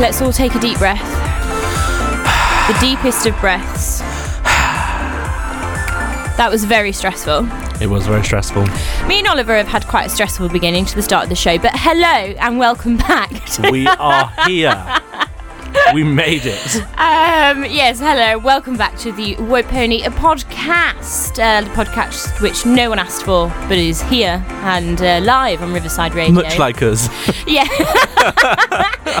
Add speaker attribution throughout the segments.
Speaker 1: Let's all take a deep breath. The deepest of breaths. That was very stressful.
Speaker 2: It was very stressful.
Speaker 1: Me and Oliver have had quite a stressful beginning to the start of the show, but hello and welcome back. to-
Speaker 2: We are here. we made it.
Speaker 1: um, yes, hello, welcome back to the Woe Pony a podcast, uh, the podcast which no one asked for but is here and uh, live on Riverside Radio.
Speaker 2: Much like us.
Speaker 1: Yeah.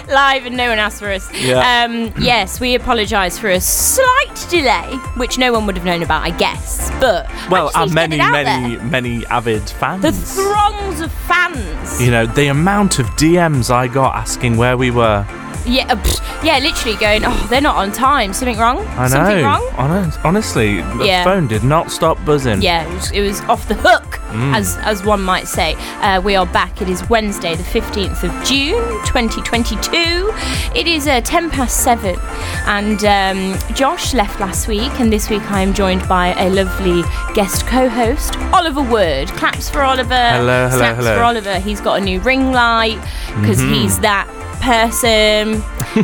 Speaker 1: Live and no one asked for us.
Speaker 2: Yeah.
Speaker 1: Um, yes, we apologise for a slight delay, which no one would have known about, I guess. But I
Speaker 2: Well,
Speaker 1: just
Speaker 2: our
Speaker 1: need to get
Speaker 2: many,
Speaker 1: it out
Speaker 2: many,
Speaker 1: there.
Speaker 2: many avid fans.
Speaker 1: the throngs of fans.
Speaker 2: you know, the amount of DMs I got asking where we were.
Speaker 1: Yeah, uh, pfft, yeah, literally going. Oh, they're not on time. Something wrong.
Speaker 2: I know.
Speaker 1: Something wrong.
Speaker 2: Hon- Honestly, the
Speaker 1: Yeah.
Speaker 2: phone did not stop buzzing.
Speaker 1: Yeah, it was, it was off the hook,
Speaker 2: Mm.
Speaker 1: as as one might say. Uh, we are back. It is Wednesday, the fifteenth of June, twenty twenty two. It is uh, ten past seven, and um, Josh left last week, and this week I am joined by a lovely guest co-host, Oliver Word. Claps for Oliver.
Speaker 2: Hello, hello,
Speaker 1: snaps
Speaker 2: hello. Mm-hmm.
Speaker 1: for Oliver. He's got a new ring light because he's that person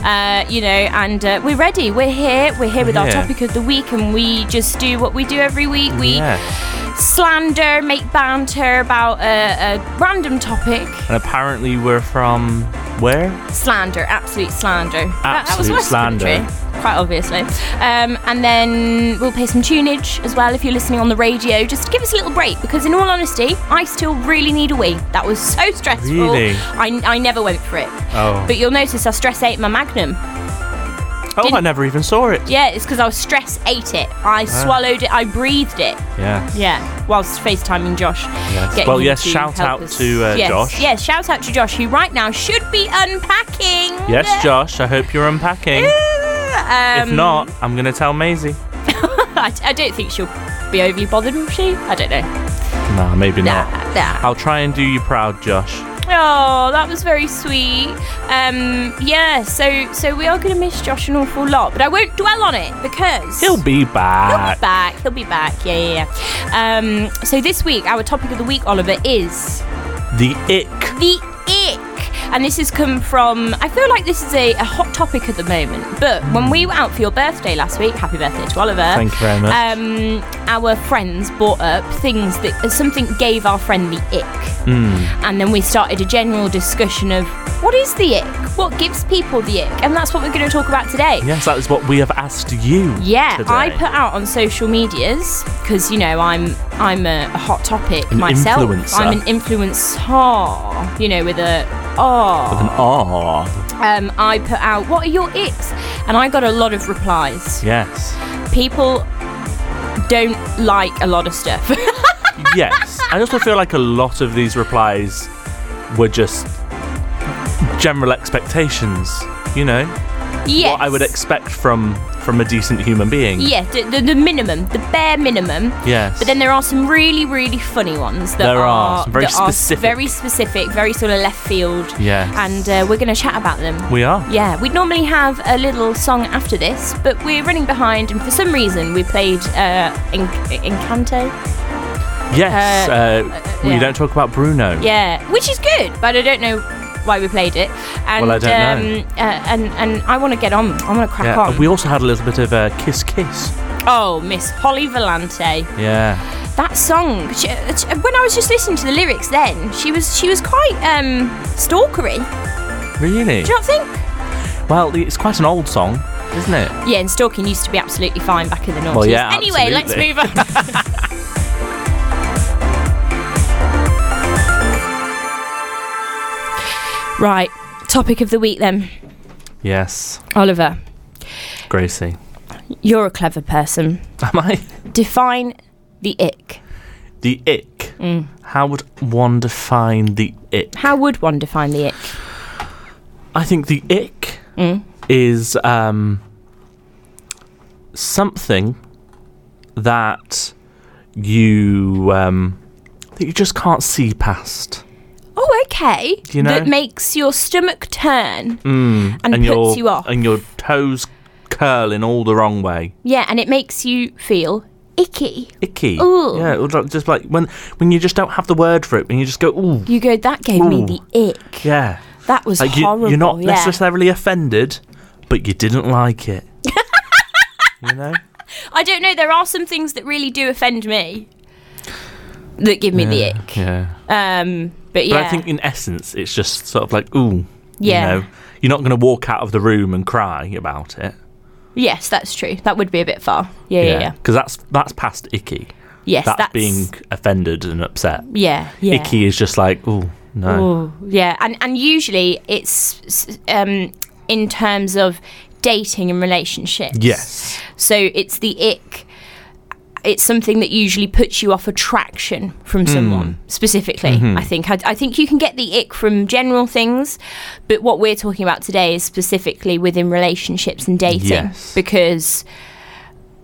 Speaker 1: uh, you know and uh, we're ready we're here we're here with our
Speaker 2: Yeah.
Speaker 1: topic of the week and we just do what we do every week we
Speaker 2: Yeah.
Speaker 1: slander, make banter about a, a random topic.
Speaker 2: And apparently we're from where?
Speaker 1: Slander, absolute slander. That- that was
Speaker 2: Absolute
Speaker 1: West
Speaker 2: slander.
Speaker 1: Country, Quite obviously. Um, and then we'll pay some tunage as well if you're listening on the radio. Just give us a little break because, in all honesty, I still really need a wee. That was so stressful.
Speaker 2: Really?
Speaker 1: I, I never went for it.
Speaker 2: Oh.
Speaker 1: But you'll notice I stress ate my magnum.
Speaker 2: oh, I
Speaker 1: didn't-
Speaker 2: never even saw it.
Speaker 1: Yeah, it's because I was stress ate it. I
Speaker 2: Ah.
Speaker 1: swallowed it, I breathed it.
Speaker 2: Yeah.
Speaker 1: Yeah, whilst FaceTiming Josh.
Speaker 2: Yes.
Speaker 1: getting
Speaker 2: Well,
Speaker 1: him
Speaker 2: yes,
Speaker 1: to
Speaker 2: shout
Speaker 1: help
Speaker 2: out
Speaker 1: us.
Speaker 2: to, uh,
Speaker 1: yes.
Speaker 2: Josh.
Speaker 1: Yes, shout out to Josh, who right now should be unpacking.
Speaker 2: Yes, Josh, I hope you're unpacking.
Speaker 1: Um,
Speaker 2: if not, I'm going to tell Maisie.
Speaker 1: I, I don't think she'll be overly bothered, will she? I don't know.
Speaker 2: Nah, maybe not.
Speaker 1: Nah, nah.
Speaker 2: I'll try and do you proud, Josh.
Speaker 1: Oh, that was very sweet. Um, yeah, so so we are going to miss Josh an awful lot, but I won't dwell on it because
Speaker 2: He'll be back.
Speaker 1: back. He'll be back. Yeah, yeah, yeah. Um, so this week, our topic of the week, Oliver, is
Speaker 2: The ick.
Speaker 1: the ick. And this has come from, I feel like this is a, a hot topic at the moment, but when we were out for your birthday last week, happy birthday to Oliver.
Speaker 2: Thank you very much.
Speaker 1: Um, our friends brought up things that uh, something gave our friend the ick.
Speaker 2: Hmm.
Speaker 1: And then we started a general discussion of what is the ick? What gives people the ick? And that's what we're going to talk about today.
Speaker 2: Yes, that is what we have asked you.
Speaker 1: Yeah,
Speaker 2: today.
Speaker 1: I put out on social medias because you know I'm I'm a, a hot topic
Speaker 2: An
Speaker 1: myself.
Speaker 2: influencer.
Speaker 1: I'm an influencer, you know, with a
Speaker 2: an
Speaker 1: R.
Speaker 2: R.
Speaker 1: Um, I put out what are your icks, and I got a lot of replies.
Speaker 2: Yes.
Speaker 1: People don't like a lot of stuff.
Speaker 2: yes. I also feel like a lot of these replies were just general expectations. You know
Speaker 1: yes,
Speaker 2: what I would expect from from a decent human being.
Speaker 1: Yeah, the, the, the minimum, the bare minimum.
Speaker 2: Yes.
Speaker 1: But then there are some really, really funny ones that
Speaker 2: There are,
Speaker 1: are
Speaker 2: some very
Speaker 1: that are
Speaker 2: specific.
Speaker 1: very specific, very sort of left field.
Speaker 2: Yes.
Speaker 1: And uh, we're going to chat about them.
Speaker 2: we are.
Speaker 1: Yeah, we'd normally have a little song after this, but we're running behind, and for some reason we played uh, in- Encanto.
Speaker 2: Yes.
Speaker 1: Uh,
Speaker 2: Uh,
Speaker 1: yeah.
Speaker 2: We don't talk about Bruno.
Speaker 1: Yeah, which is good, but I don't know why we played it. And,
Speaker 2: Well, I don't know.
Speaker 1: Um, uh, and and I want to get on. I want to crack
Speaker 2: Yeah,
Speaker 1: on.
Speaker 2: and We also had a little bit of a kiss, kiss.
Speaker 1: oh, Miss Holly Valente,
Speaker 2: Yeah.
Speaker 1: that song. She, uh, she- when I was just listening to the lyrics, then she was she was quite um, stalkery.
Speaker 2: Really?
Speaker 1: Do you not think?
Speaker 2: Well, it's quite an old song, isn't it?
Speaker 1: Yeah, and stalking used to be absolutely fine back in the noughties.
Speaker 2: Well, yeah,
Speaker 1: anyway, let's
Speaker 2: absolutely.
Speaker 1: move on. right, topic of the week then.
Speaker 2: Yes,
Speaker 1: Oliver,
Speaker 2: Gracie.
Speaker 1: you're a clever person.
Speaker 2: Am I?
Speaker 1: Define the ick.
Speaker 2: The ick.
Speaker 1: Mm.
Speaker 2: How would one define the ick?
Speaker 1: How would one define the ick? Mm.
Speaker 2: I think the ick is um, something that you um, that you just can't see past.
Speaker 1: oh, okay,
Speaker 2: You know? Mm,
Speaker 1: that makes your stomach turn and,
Speaker 2: and
Speaker 1: puts
Speaker 2: your
Speaker 1: you off.
Speaker 2: and your toes curl in all the wrong way.
Speaker 1: yeah, and it makes you feel icky.
Speaker 2: Icky.
Speaker 1: Ooh.
Speaker 2: Yeah, it was like- just like when when you just don't have the word for it, when you just go ooh.
Speaker 1: You go, that gave me
Speaker 2: Ooh.
Speaker 1: the ick.
Speaker 2: Yeah.
Speaker 1: That was
Speaker 2: Like you,
Speaker 1: horrible.
Speaker 2: you're not
Speaker 1: yeah.
Speaker 2: necessarily offended, but you didn't like it. you know?
Speaker 1: I don't know. There are some things that really do offend me that give me
Speaker 2: yeah.
Speaker 1: the ick.
Speaker 2: Yeah.
Speaker 1: Um, but yeah,
Speaker 2: But I think in essence, it's just sort of like, ooh,
Speaker 1: Yeah.
Speaker 2: you know, you're not going to walk out of the room and cry about it.
Speaker 1: yes, that's true. That would be a bit far. Yeah, yeah, yeah.
Speaker 2: Because that's that's past icky.
Speaker 1: Yes,
Speaker 2: That's,
Speaker 1: that's,
Speaker 2: being offended and upset.
Speaker 1: yeah, yeah.
Speaker 2: Icky is just like, ooh, no.
Speaker 1: Ooh, yeah, and and usually it's s- um, in terms of dating and relationships.
Speaker 2: Yes.
Speaker 1: So it's the ick. It's something that usually puts you off attraction from
Speaker 2: Hmm.
Speaker 1: someone specifically.
Speaker 2: Mm-hmm.
Speaker 1: I think. I, I think you can get the ick from general things, but what we're talking about today is specifically within relationships and dating
Speaker 2: Yes.
Speaker 1: because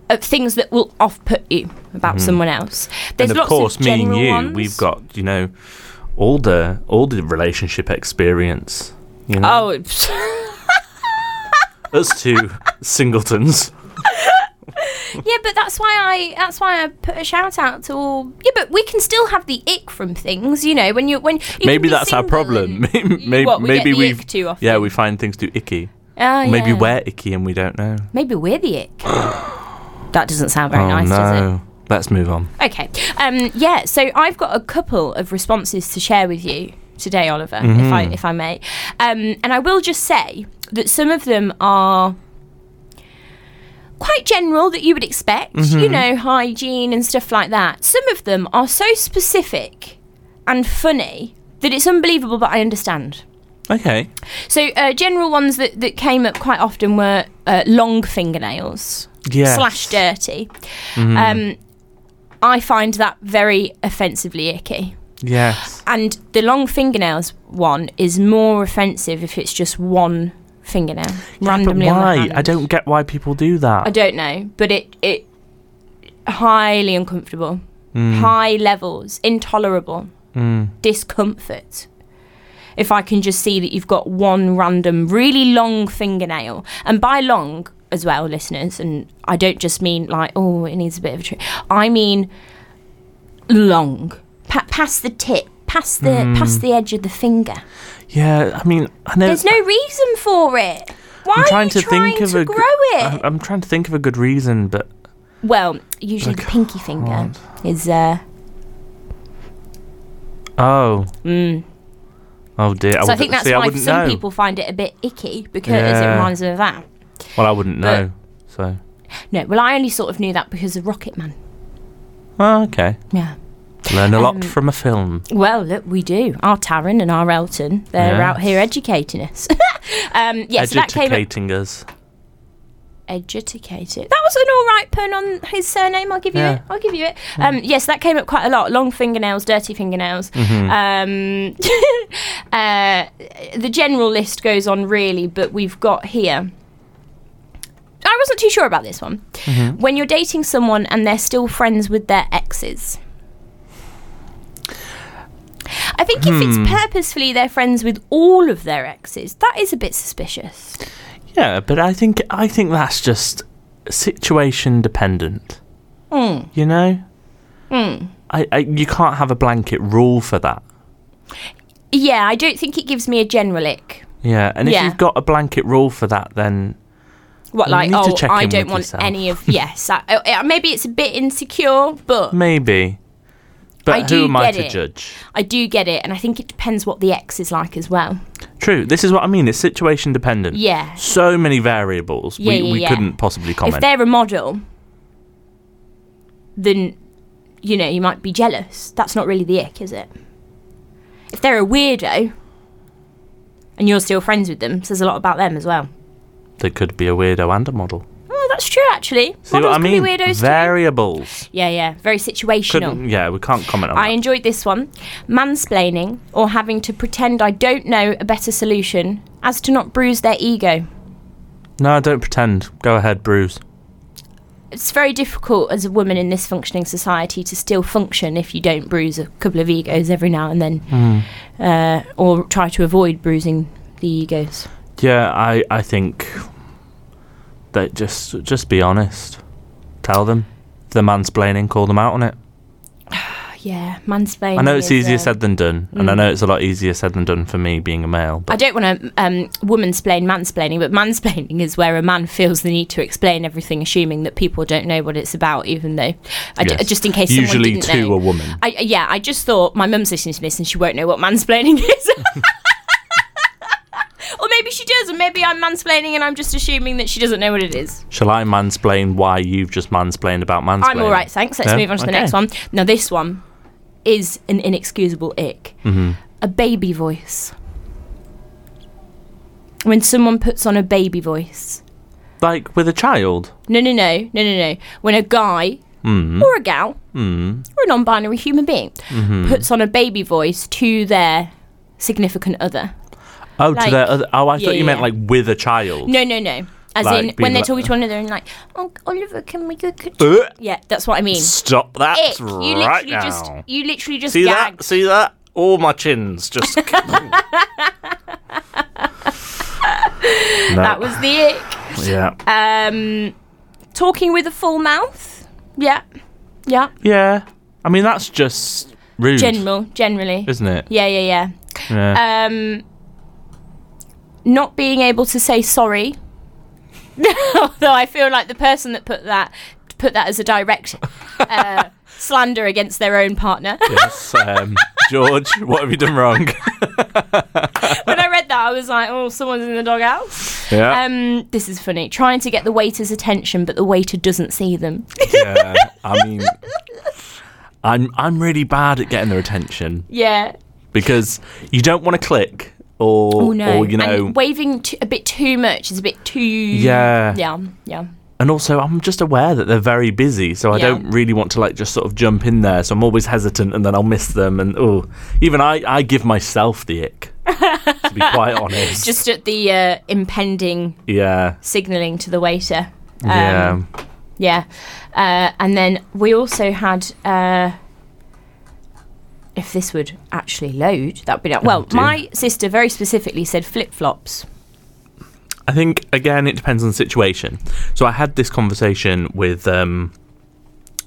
Speaker 1: of things that will off put you about someone else. There's
Speaker 2: Mm-hmm. and of
Speaker 1: lots
Speaker 2: course,
Speaker 1: of
Speaker 2: me and
Speaker 1: general
Speaker 2: you,
Speaker 1: ones.
Speaker 2: we've got, you know, all the all the relationship experience. You know,
Speaker 1: Oh. it's- Oh.
Speaker 2: us two singletons.
Speaker 1: Yeah, but that's why I that's why I put a shout out to all. Yeah, but we can still have the ick from things, you know. When you when you can
Speaker 2: Maybe
Speaker 1: be
Speaker 2: that's our
Speaker 1: single
Speaker 2: problem.
Speaker 1: and-
Speaker 2: maybe
Speaker 1: What, we get
Speaker 2: maybe
Speaker 1: the
Speaker 2: we've
Speaker 1: ick too often.
Speaker 2: yeah we find things too icky.
Speaker 1: Oh,
Speaker 2: Or Maybe
Speaker 1: yeah.
Speaker 2: we're icky and we don't know.
Speaker 1: maybe we're the ick. that doesn't sound very
Speaker 2: oh
Speaker 1: nice, does
Speaker 2: no. Let's move on.
Speaker 1: it? Okay. Um. Yeah. So I've got a couple of responses to share with you today, Oliver, if I if I may. Um. And I will just say that some of them are. Quite general that you would expect, you know, hygiene and stuff like that. Some of them are so specific and funny that it's unbelievable, but I understand.
Speaker 2: Okay.
Speaker 1: So, uh, general ones that, that came up quite often were uh, long fingernails
Speaker 2: Yeah. Mm-hmm.
Speaker 1: slash dirty. Um, I find that very offensively icky.
Speaker 2: Yes.
Speaker 1: And the long fingernails one is more offensive if it's just one fingernail randomly
Speaker 2: but
Speaker 1: on the
Speaker 2: why?
Speaker 1: hand.
Speaker 2: I don't get why people do that.
Speaker 1: I don't know, but it it highly uncomfortable,
Speaker 2: Mm.
Speaker 1: high levels, intolerable, discomfort. If I can just see that you've got one random, really long fingernail, and by long as well, listeners, and I don't just mean like oh it needs a bit of a trim. I mean long, pa- past the tip, past the
Speaker 2: Mm.
Speaker 1: past the edge of the finger.
Speaker 2: yeah, I mean, I know.
Speaker 1: There's no reason for it. Why
Speaker 2: I'm
Speaker 1: are
Speaker 2: trying
Speaker 1: you
Speaker 2: to
Speaker 1: trying
Speaker 2: think of
Speaker 1: to
Speaker 2: a.
Speaker 1: grow
Speaker 2: good-
Speaker 1: it?
Speaker 2: I- I'm trying to think of a good reason, but
Speaker 1: Well, usually
Speaker 2: Like,
Speaker 1: the pinky finger
Speaker 2: God.
Speaker 1: is uh
Speaker 2: oh,
Speaker 1: mm.
Speaker 2: oh dear.
Speaker 1: so I, think that's
Speaker 2: see, I
Speaker 1: why
Speaker 2: wouldn't
Speaker 1: some
Speaker 2: know.
Speaker 1: people find it a bit icky because it
Speaker 2: Yeah.
Speaker 1: reminds them of that.
Speaker 2: Well, I wouldn't
Speaker 1: but-
Speaker 2: know. So.
Speaker 1: No, well I only sort of knew that because of Rocket Man.
Speaker 2: Oh, okay.
Speaker 1: Yeah.
Speaker 2: Learn a lot
Speaker 1: Um,
Speaker 2: from a film.
Speaker 1: Well, look, we do. Our Taryn and our Elton, they're
Speaker 2: Yeah.
Speaker 1: out here educating us. um, yeah, so that came up.
Speaker 2: Educating us.
Speaker 1: Educated. That was an all right pun on his surname. I'll give you
Speaker 2: Yeah.
Speaker 1: it. I'll give you it. Um, yes, that came up quite a lot. Long fingernails, dirty fingernails. Um, uh, the general list goes on really, but we've got here. I wasn't too sure about this one. When you're dating someone and they're still friends with their exes. I think if it's purposefully they're friends with all of their exes, that is a bit suspicious.
Speaker 2: Yeah, but I think I think that's just situation dependent.
Speaker 1: Mm.
Speaker 2: You know.
Speaker 1: Hmm.
Speaker 2: I, I you can't have a blanket rule for that.
Speaker 1: Yeah, I don't think it gives me a general ick.
Speaker 2: Yeah, and if
Speaker 1: Yeah.
Speaker 2: you've got a blanket rule for that, then
Speaker 1: What
Speaker 2: You
Speaker 1: like
Speaker 2: need to
Speaker 1: oh
Speaker 2: check
Speaker 1: I
Speaker 2: in
Speaker 1: don't
Speaker 2: with
Speaker 1: want
Speaker 2: yourself.
Speaker 1: any of yes I, oh, yeah, maybe it's a bit insecure but
Speaker 2: maybe. But
Speaker 1: I
Speaker 2: who
Speaker 1: do
Speaker 2: am I
Speaker 1: get
Speaker 2: to
Speaker 1: it.
Speaker 2: judge?
Speaker 1: I do get it and I think it depends what the ex is like as well
Speaker 2: True. This is what I mean. It's situation dependent.
Speaker 1: yeah
Speaker 2: So many variables.
Speaker 1: Yeah,
Speaker 2: we
Speaker 1: yeah,
Speaker 2: we
Speaker 1: yeah.
Speaker 2: couldn't possibly
Speaker 1: if
Speaker 2: comment.
Speaker 1: they're a model then you know you might be jealous that's not really the ick is it if they're a weirdo and you're still friends with them says a lot about them as well
Speaker 2: There could be a weirdo and a model.
Speaker 1: oh that's true actually
Speaker 2: See
Speaker 1: models
Speaker 2: what I
Speaker 1: can
Speaker 2: mean?
Speaker 1: be weirdos too.
Speaker 2: variables.
Speaker 1: yeah yeah very situational
Speaker 2: Couldn't. Yeah, we can't comment on
Speaker 1: I
Speaker 2: that.
Speaker 1: enjoyed this one. Mansplaining or having to pretend I don't know a better solution as to not bruise their ego.
Speaker 2: No, don't pretend. Go ahead, Bruce.
Speaker 1: it's very difficult as a woman in this functioning society to still function if you don't bruise a couple of egos every now and then,
Speaker 2: Hmm.
Speaker 1: uh, or try to avoid bruising the egos.
Speaker 2: Yeah, I, I think that just just be honest. Tell them. If they're mansplaining, call them out on it.
Speaker 1: Yeah, mansplaining.
Speaker 2: I know it's
Speaker 1: is,
Speaker 2: easier
Speaker 1: uh,
Speaker 2: said than done, and I know it's a lot easier said than done for me being a male.
Speaker 1: I
Speaker 2: But
Speaker 1: don't want to um, woman splain mansplaining, but mansplaining is where a man feels the need to explain everything, assuming that people don't know what it's about, even though, I ju-
Speaker 2: Yes.
Speaker 1: just in case someone
Speaker 2: usually
Speaker 1: didn't
Speaker 2: to
Speaker 1: know.
Speaker 2: a woman.
Speaker 1: I, yeah, I just thought my mum's listening to this and she won't know what mansplaining is. or maybe she does, and maybe I'm mansplaining and I'm just assuming that she doesn't know what it is.
Speaker 2: Shall I mansplain why you've just mansplained about mansplaining?
Speaker 1: I'm all right, thanks. Let's
Speaker 2: Yeah,
Speaker 1: move on to the
Speaker 2: okay.
Speaker 1: next one. Now, this one is an inexcusable ick a baby voice. When someone puts on a baby voice.
Speaker 2: Like with a child.
Speaker 1: No, no, no, no, no, no. When a guy
Speaker 2: Mm.
Speaker 1: or a gal
Speaker 2: Mm.
Speaker 1: or a non binary human being
Speaker 2: Mm-hmm.
Speaker 1: puts on a baby voice to their significant other.
Speaker 2: Oh, to
Speaker 1: Like-
Speaker 2: their other. Oh, I
Speaker 1: Yeah,
Speaker 2: thought you meant
Speaker 1: yeah.
Speaker 2: like with a child.
Speaker 1: No, no, no. As
Speaker 2: Like,
Speaker 1: in, when
Speaker 2: being
Speaker 1: they're
Speaker 2: like-
Speaker 1: talking to one another and like, oh, Oliver, can we go? Could
Speaker 2: Uh,
Speaker 1: Yeah, that's what I mean.
Speaker 2: Stop that
Speaker 1: Ick. You literally
Speaker 2: right now.
Speaker 1: just, you literally just
Speaker 2: See
Speaker 1: gagged.
Speaker 2: that? See that? All my chins just. no,
Speaker 1: That was the ick.
Speaker 2: yeah.
Speaker 1: Um, talking with a full mouth. Yeah, yeah.
Speaker 2: yeah. I mean, that's just rude,
Speaker 1: General, generally.
Speaker 2: isn't it?
Speaker 1: Yeah, yeah,
Speaker 2: Yeah.
Speaker 1: yeah. Um, not being able to say sorry. Although I feel like the person that put that put that as a direct uh, slander against their own partner.
Speaker 2: Yes, um, George, what have you done wrong?
Speaker 1: when I read that, I was like, oh, someone's in the doghouse.
Speaker 2: yeah.
Speaker 1: Um, this is funny. Trying to get the waiter's attention, but the waiter doesn't see them.
Speaker 2: yeah. I mean, I'm I'm really bad at getting their attention
Speaker 1: yeah.
Speaker 2: because you don't want to click or
Speaker 1: Oh no.
Speaker 2: or you know,
Speaker 1: and waving t- a bit too much is a bit too.
Speaker 2: Yeah.
Speaker 1: Yeah. Yeah.
Speaker 2: and also I'm just aware that they're very busy, so I
Speaker 1: Yeah.
Speaker 2: don't really want to like just sort of jump in there. So I'm always hesitant, and then I'll miss them, and oh, even I I give myself the ick. to be quite honest,
Speaker 1: Just at the uh, impending
Speaker 2: yeah,
Speaker 1: signalling to the waiter. Um,
Speaker 2: yeah.
Speaker 1: Yeah. Uh, and then we also had. Uh, if this would actually load, that would be. Well,
Speaker 2: Oh, dear.
Speaker 1: my sister very specifically said flip flops.
Speaker 2: I think again it depends on the situation. So I had this conversation with um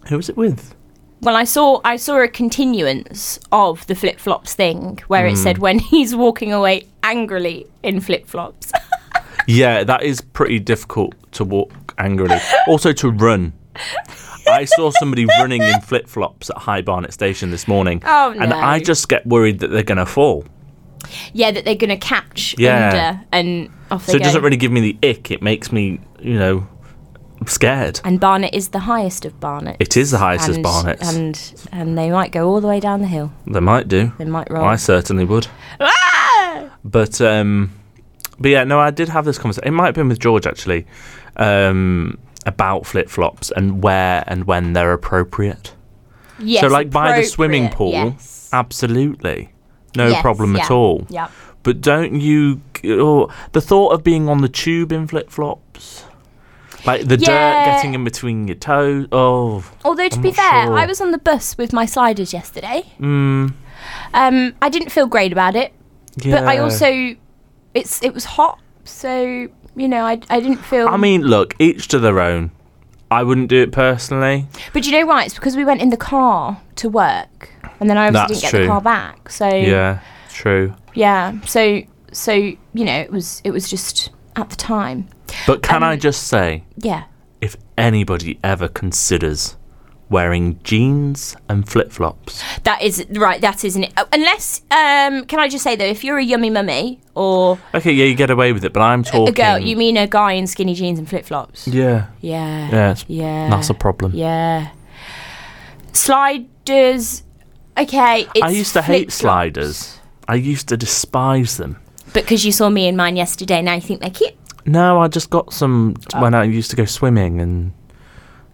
Speaker 2: who was it with?
Speaker 1: Well, I saw I saw a continuance of the flip flops thing where
Speaker 2: Hmm.
Speaker 1: it said when he's walking away angrily in flip flops.
Speaker 2: Yeah, that is pretty difficult to walk angrily. Also to run. I saw somebody running in flip flops at High Barnet Station this morning.
Speaker 1: Oh,
Speaker 2: And
Speaker 1: no.
Speaker 2: I just get worried that they're gonna fall.
Speaker 1: yeah, that they're going to catch
Speaker 2: Yeah.
Speaker 1: under and off they
Speaker 2: So it
Speaker 1: go.
Speaker 2: doesn't really give me the ick, it makes me, you know, scared.
Speaker 1: and Barnet is the highest of Barnet.
Speaker 2: It is the highest
Speaker 1: and,
Speaker 2: of Barnets.
Speaker 1: And and they might go all the way down the hill.
Speaker 2: they might do.
Speaker 1: They might roll.
Speaker 2: I certainly would.
Speaker 1: Oh. Ah!
Speaker 2: But um, but yeah, no, I did have this conversation. It might have been with George actually um, about flip flops and where and when they're appropriate.
Speaker 1: Yes,
Speaker 2: so like by the swimming pool,
Speaker 1: appropriate, yes.
Speaker 2: absolutely, no
Speaker 1: Yes,
Speaker 2: problem at
Speaker 1: yeah,
Speaker 2: all.
Speaker 1: Yeah.
Speaker 2: But don't you? Or the thought of being on the tube in flip flops. Like the
Speaker 1: Yeah.
Speaker 2: dirt getting in between your toes. Oh,
Speaker 1: Although to
Speaker 2: I'm
Speaker 1: be
Speaker 2: not
Speaker 1: fair,
Speaker 2: sure.
Speaker 1: I was on the bus with my sliders yesterday.
Speaker 2: mm,
Speaker 1: Um, I didn't feel great about it.
Speaker 2: yeah.
Speaker 1: but I also it's it was hot, so you know I, I didn't feel.
Speaker 2: I mean, look, each to their own. I wouldn't do it personally.
Speaker 1: but you know why? It's because we went in the car to work, and then I obviously
Speaker 2: That's
Speaker 1: didn't get
Speaker 2: true.
Speaker 1: the car back. So
Speaker 2: Yeah, true.
Speaker 1: yeah, so so you know it was it was just at the time.
Speaker 2: But can I
Speaker 1: Um,
Speaker 2: just say,
Speaker 1: Yeah,
Speaker 2: if anybody ever considers wearing jeans and flip flops,
Speaker 1: that is right. That isn't it. Oh, Unless um, can I just say though, if you're a yummy mummy or
Speaker 2: okay, yeah, you get away with it. But I'm talking.
Speaker 1: a girl, you mean a guy in skinny jeans and flip flops?
Speaker 2: Yeah,
Speaker 1: Yeah.
Speaker 2: yeah, it's,
Speaker 1: Yeah.
Speaker 2: that's a problem.
Speaker 1: Yeah. Sliders. Okay. It's
Speaker 2: I used to hate
Speaker 1: flip-flops.
Speaker 2: sliders. I used to despise them.
Speaker 1: Because you saw me in mine yesterday, now you think they're cute.
Speaker 2: No, I just got some t-
Speaker 1: Oh.
Speaker 2: when I used to go swimming, and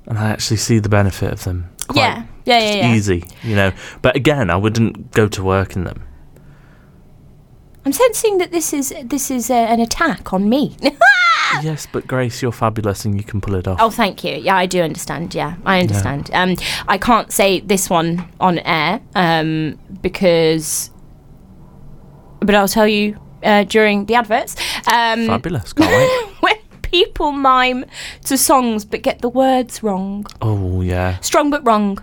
Speaker 2: and I actually see the benefit of them. Quite
Speaker 1: yeah. Yeah, yeah, yeah.
Speaker 2: Easy, you know. But again, I wouldn't go to work in them.
Speaker 1: I'm sensing that this is this is uh, an attack on me.
Speaker 2: Yes, but Grace, you're fabulous and you can pull it off.
Speaker 1: Oh, thank you. Yeah, I do understand. Yeah, I understand. Um, I can't say this one on air um, because, but I'll tell you uh, during the adverts. Um,
Speaker 2: Fabulous, can't wait.
Speaker 1: when people mime to songs but get the words wrong,
Speaker 2: Oh yeah,
Speaker 1: strong but wrong.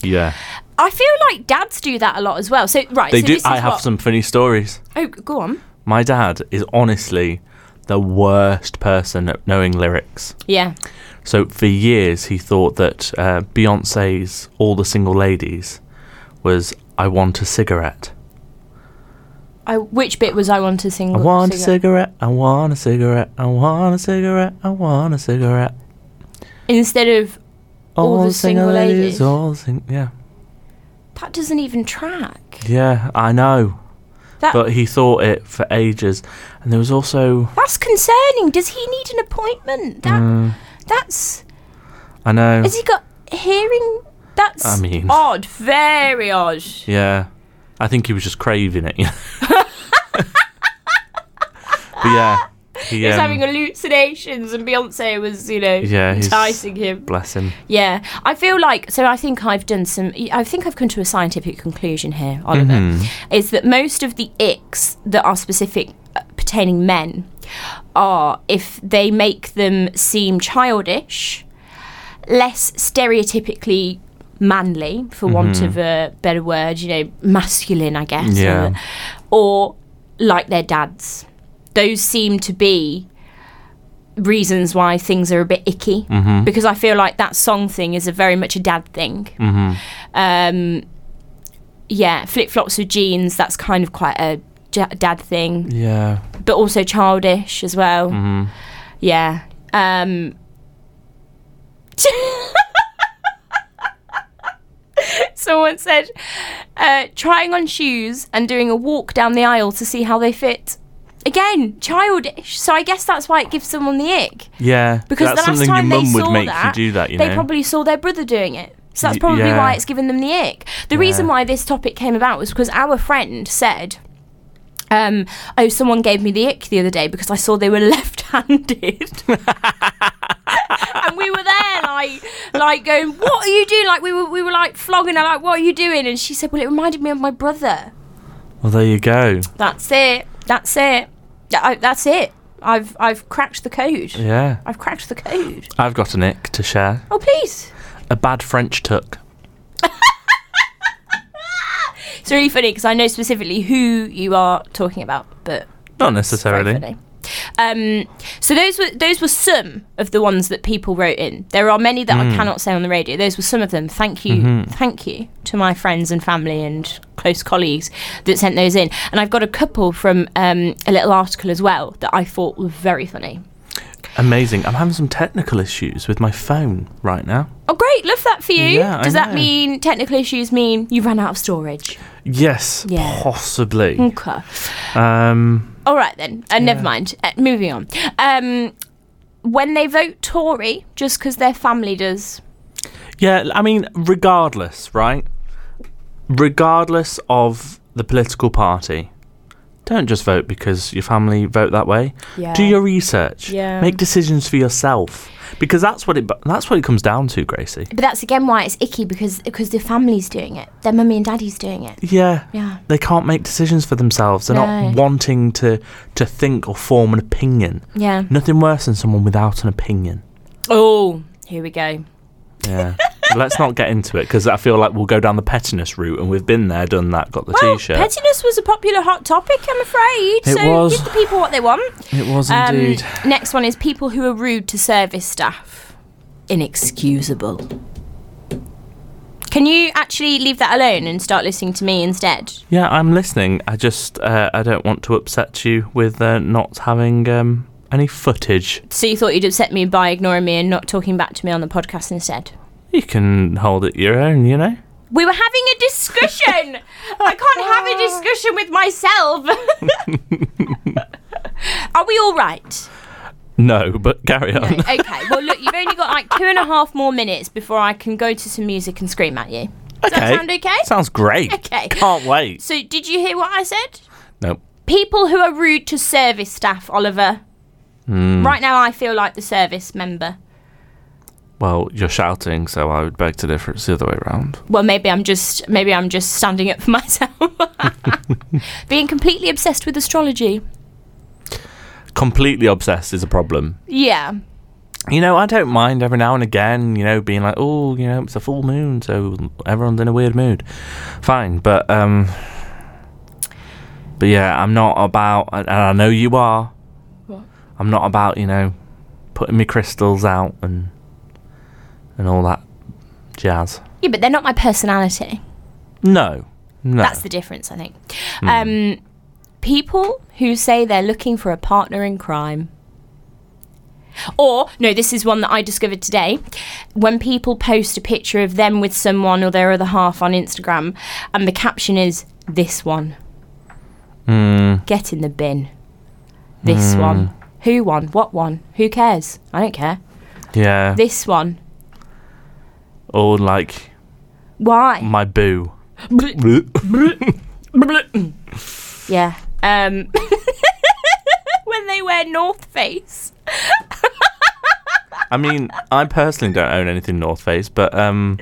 Speaker 2: yeah.
Speaker 1: I feel like dads do that a lot as well. So right,
Speaker 2: They
Speaker 1: so
Speaker 2: do.
Speaker 1: This is
Speaker 2: I have
Speaker 1: what-
Speaker 2: some funny stories.
Speaker 1: Oh, go on.
Speaker 2: My dad is honestly the worst person at knowing lyrics.
Speaker 1: Yeah.
Speaker 2: So for years he thought that uh, Beyonce's "All the Single Ladies" was "I want a cigarette."
Speaker 1: I, which bit was I want to sing?
Speaker 2: I want a cigarette. I want a cigarette. I want a cigarette. I want a cigarette.
Speaker 1: Instead of All the single ladies.
Speaker 2: All the sing- yeah,
Speaker 1: that doesn't even track.
Speaker 2: yeah. I know,
Speaker 1: That
Speaker 2: but he thought it for ages. And there was also hmm,
Speaker 1: That's concerning. Does he need an appointment? That
Speaker 2: Mm.
Speaker 1: that's
Speaker 2: I know.
Speaker 1: has he got hearing? That's
Speaker 2: I mean-
Speaker 1: odd, very odd.
Speaker 2: Yeah. I think he was just craving it. you know. but yeah. He,
Speaker 1: He's
Speaker 2: um,
Speaker 1: having hallucinations, and Beyonce was, you know,
Speaker 2: Yeah, he's-
Speaker 1: enticing him.
Speaker 2: bless him.
Speaker 1: Yeah, I feel like so. I think I've done some. I think I've come to a scientific conclusion here, Oliver. Is that most of the icks that are specific uh, pertaining men are if they make them seem childish, less stereotypically manly, for want of a better word, you know, masculine, I guess,
Speaker 2: Yeah.
Speaker 1: or, or like their dads. Those seem to be reasons why things are a bit icky because I feel like that song thing is a very much a dad thing. Um, yeah, flip flops with jeans. That's kind of quite a ja- dad thing,
Speaker 2: Yeah.
Speaker 1: but also childish as well. Yeah. Um, someone said uh, trying on shoes and doing a walk down the aisle to see how they fit. Again, childish. So I guess that's why it gives someone the ick.
Speaker 2: Yeah.
Speaker 1: Because
Speaker 2: That's
Speaker 1: the last
Speaker 2: something
Speaker 1: time
Speaker 2: your
Speaker 1: they
Speaker 2: mum would
Speaker 1: saw
Speaker 2: make
Speaker 1: that,
Speaker 2: you do that, you
Speaker 1: they
Speaker 2: know.
Speaker 1: probably saw their brother doing it. So that's
Speaker 2: Y-
Speaker 1: probably
Speaker 2: yeah.
Speaker 1: why it's given them the ick. The reason why this topic came about was because our friend said, um, "Oh, someone gave me the ick the other day because I saw they were left-handed." and we were there, like, like going, "What are you doing?" Like we were, we were like flogging her, like, "What are you doing?" And she said, "Well, it reminded me of my brother."
Speaker 2: well, there you go.
Speaker 1: That's it. That's it. Th- I, that's it. I've I've cracked the code.
Speaker 2: Yeah.
Speaker 1: I've cracked the code.
Speaker 2: I've got an ick to share.
Speaker 1: Oh, please.
Speaker 2: A bad French tuck.
Speaker 1: It's really funny because I know specifically who you are talking about, but
Speaker 2: Not
Speaker 1: very
Speaker 2: necessarily.
Speaker 1: funny. Um, so those were those were some of the ones that people wrote in. There are many that
Speaker 2: Hmm.
Speaker 1: I cannot say on the radio. Those were some of them. Thank you,
Speaker 2: Mm-hmm.
Speaker 1: thank you to my friends and family and close colleagues that sent those in. And I've got a couple from um, a little article as well that I thought were very funny.
Speaker 2: Amazing. I'm having some technical issues with my phone right now.
Speaker 1: Oh, great! Love that for you.
Speaker 2: Yeah, I
Speaker 1: Does that
Speaker 2: know.
Speaker 1: mean technical issues mean you ran out of storage?
Speaker 2: Yes,
Speaker 1: Yeah. Hmm.
Speaker 2: possibly.
Speaker 1: Okay.
Speaker 2: Um,
Speaker 1: All right then. Uh, Never mind. Uh, moving on. Um, when they vote Tory, just because their family does.
Speaker 2: yeah, I mean, regardless, right? Regardless of the political party, don't just vote because your family vote that way.
Speaker 1: Yeah.
Speaker 2: Do your research.
Speaker 1: Yeah.
Speaker 2: Make decisions for yourself because that's what it that's what it comes down to, Gracie.
Speaker 1: But that's again why it's icky because because their family's doing it. Their mummy and daddy's doing it.
Speaker 2: Yeah.
Speaker 1: Yeah.
Speaker 2: They can't make decisions for themselves. They're
Speaker 1: No.
Speaker 2: not wanting to to think or form an opinion.
Speaker 1: Yeah.
Speaker 2: Nothing worse than someone without an opinion.
Speaker 1: Oh, here we go.
Speaker 2: Yeah. Let's not get into it because I feel like we'll go down the pettiness route, and we've been there, done that, got the
Speaker 1: Well,
Speaker 2: t-shirt.
Speaker 1: Oh, pettiness was a popular hot topic, I'm afraid.
Speaker 2: It
Speaker 1: so
Speaker 2: was.
Speaker 1: give the people what they want.
Speaker 2: it was
Speaker 1: Um,
Speaker 2: indeed.
Speaker 1: next one is people who are rude to service staff. Inexcusable. Can you actually leave that alone and start listening to me instead?
Speaker 2: Yeah, I'm listening. I just uh, I don't want to upset you with uh, not having um, any footage.
Speaker 1: So you thought you'd upset me by ignoring me and not talking back to me on the podcast instead?
Speaker 2: You can hold it your own, you know.
Speaker 1: We were having a discussion. I can't have a discussion with myself. Are we all right?
Speaker 2: No, but carry on.
Speaker 1: Okay. Well, look, you've only got like two and a half more minutes before I can go to some music and scream at you. Does that sound okay?
Speaker 2: Sounds great.
Speaker 1: Okay.
Speaker 2: Can't wait.
Speaker 1: So, did you hear what I said?
Speaker 2: Nope.
Speaker 1: People who are rude to service staff, Oliver. Right now, I feel like the service member.
Speaker 2: Well, you're shouting, so I would beg to differ. It's the other way around.
Speaker 1: Well, maybe I'm just maybe I'm just standing up for myself. Being completely obsessed with astrology.
Speaker 2: Completely obsessed is a problem.
Speaker 1: Yeah.
Speaker 2: You know, I don't mind every now and again, you know, being like, oh, you know, it's a full moon, so everyone's in a weird mood. Fine, but um, but yeah, I'm not about, and I know you are.
Speaker 1: What?
Speaker 2: I'm not about, you know, putting my crystals out and and all that jazz.
Speaker 1: Yeah, but they're not my personality.
Speaker 2: No, no.
Speaker 1: That's the difference, I think. Um, people who say they're looking for a partner in crime. Or, no, this is one that I discovered today. When people post a picture of them with someone or their other half on Instagram, and the caption is, This one. Get in the bin. This one. Who won? What one? Who cares? I don't care.
Speaker 2: yeah,
Speaker 1: This one.
Speaker 2: or like
Speaker 1: Why?
Speaker 2: my boo.
Speaker 1: Yeah. Um, when they wear North Face.
Speaker 2: I mean, I personally don't own anything North Face, but um,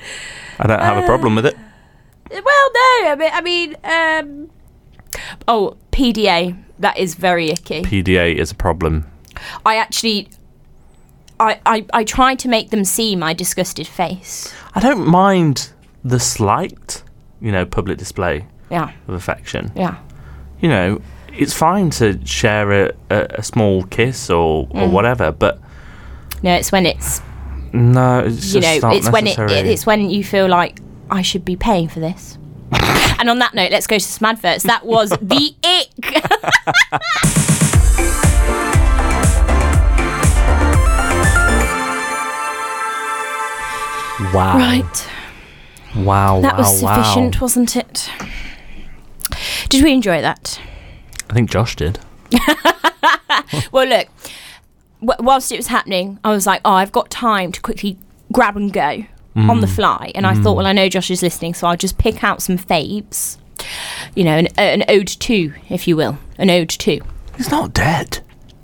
Speaker 2: I don't have a problem with it.
Speaker 1: Well, no. I mean, I mean um, oh, PDA. That is very icky.
Speaker 2: PDA is a problem.
Speaker 1: I actually, I, I, I try to make them see my disgusted face.
Speaker 2: I don't mind the slight, you know, public display
Speaker 1: Yeah,
Speaker 2: of affection.
Speaker 1: yeah.
Speaker 2: You know, it's fine to share a, a, a small kiss or,
Speaker 1: Mm.
Speaker 2: or whatever, but
Speaker 1: No, it's when it's
Speaker 2: no, it's just
Speaker 1: you know,
Speaker 2: not
Speaker 1: it's when it,
Speaker 2: necessary.
Speaker 1: it it's when you feel like I should be paying for this. and on that note, let's go to some adverts. That was the ick.
Speaker 2: wow,
Speaker 1: Right.
Speaker 2: wow,
Speaker 1: That
Speaker 2: wow,
Speaker 1: was
Speaker 2: wow.
Speaker 1: sufficient, wasn't it? Did we enjoy that?
Speaker 2: I think Josh did.
Speaker 1: Well, look, wh- whilst it was happening, I was like, oh, I've got time to quickly grab and go on
Speaker 2: Mm.
Speaker 1: the fly. And I thought, well, I know Josh is listening, so I'll just pick out some faves. You know, an, an ode to, if you will. An ode to.
Speaker 2: He's not dead.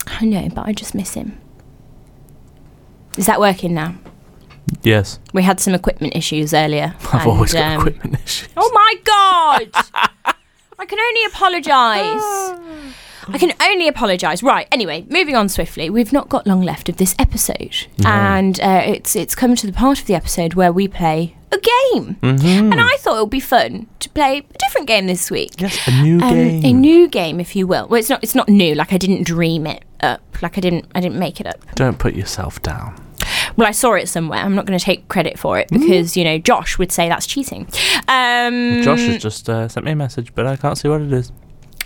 Speaker 1: I know, but I just miss him. Is that working now?
Speaker 2: Yes,
Speaker 1: We had some equipment issues earlier.
Speaker 2: I've always got
Speaker 1: um,
Speaker 2: equipment issues.
Speaker 1: Oh my god! I can only apologise. I can only apologise. Right. Anyway, moving on swiftly. We've not got long left of this episode, and uh, it's it's come to the part of the episode where we play a game.
Speaker 2: Mm. Mm-hmm.
Speaker 1: And I thought it would be fun to play a different game this week.
Speaker 2: Yes, a new
Speaker 1: Um,
Speaker 2: game.
Speaker 1: a new game, if you will. Well, it's not. It's not new. Like I didn't dream it up. Like I didn't. I didn't make it up.
Speaker 2: Don't put yourself down.
Speaker 1: Well, I saw it somewhere. I'm not going to take credit for it
Speaker 2: Mm.
Speaker 1: because you know Josh would say that's cheating. Um,
Speaker 2: Josh has just uh, sent me a message, but I can't see what it is.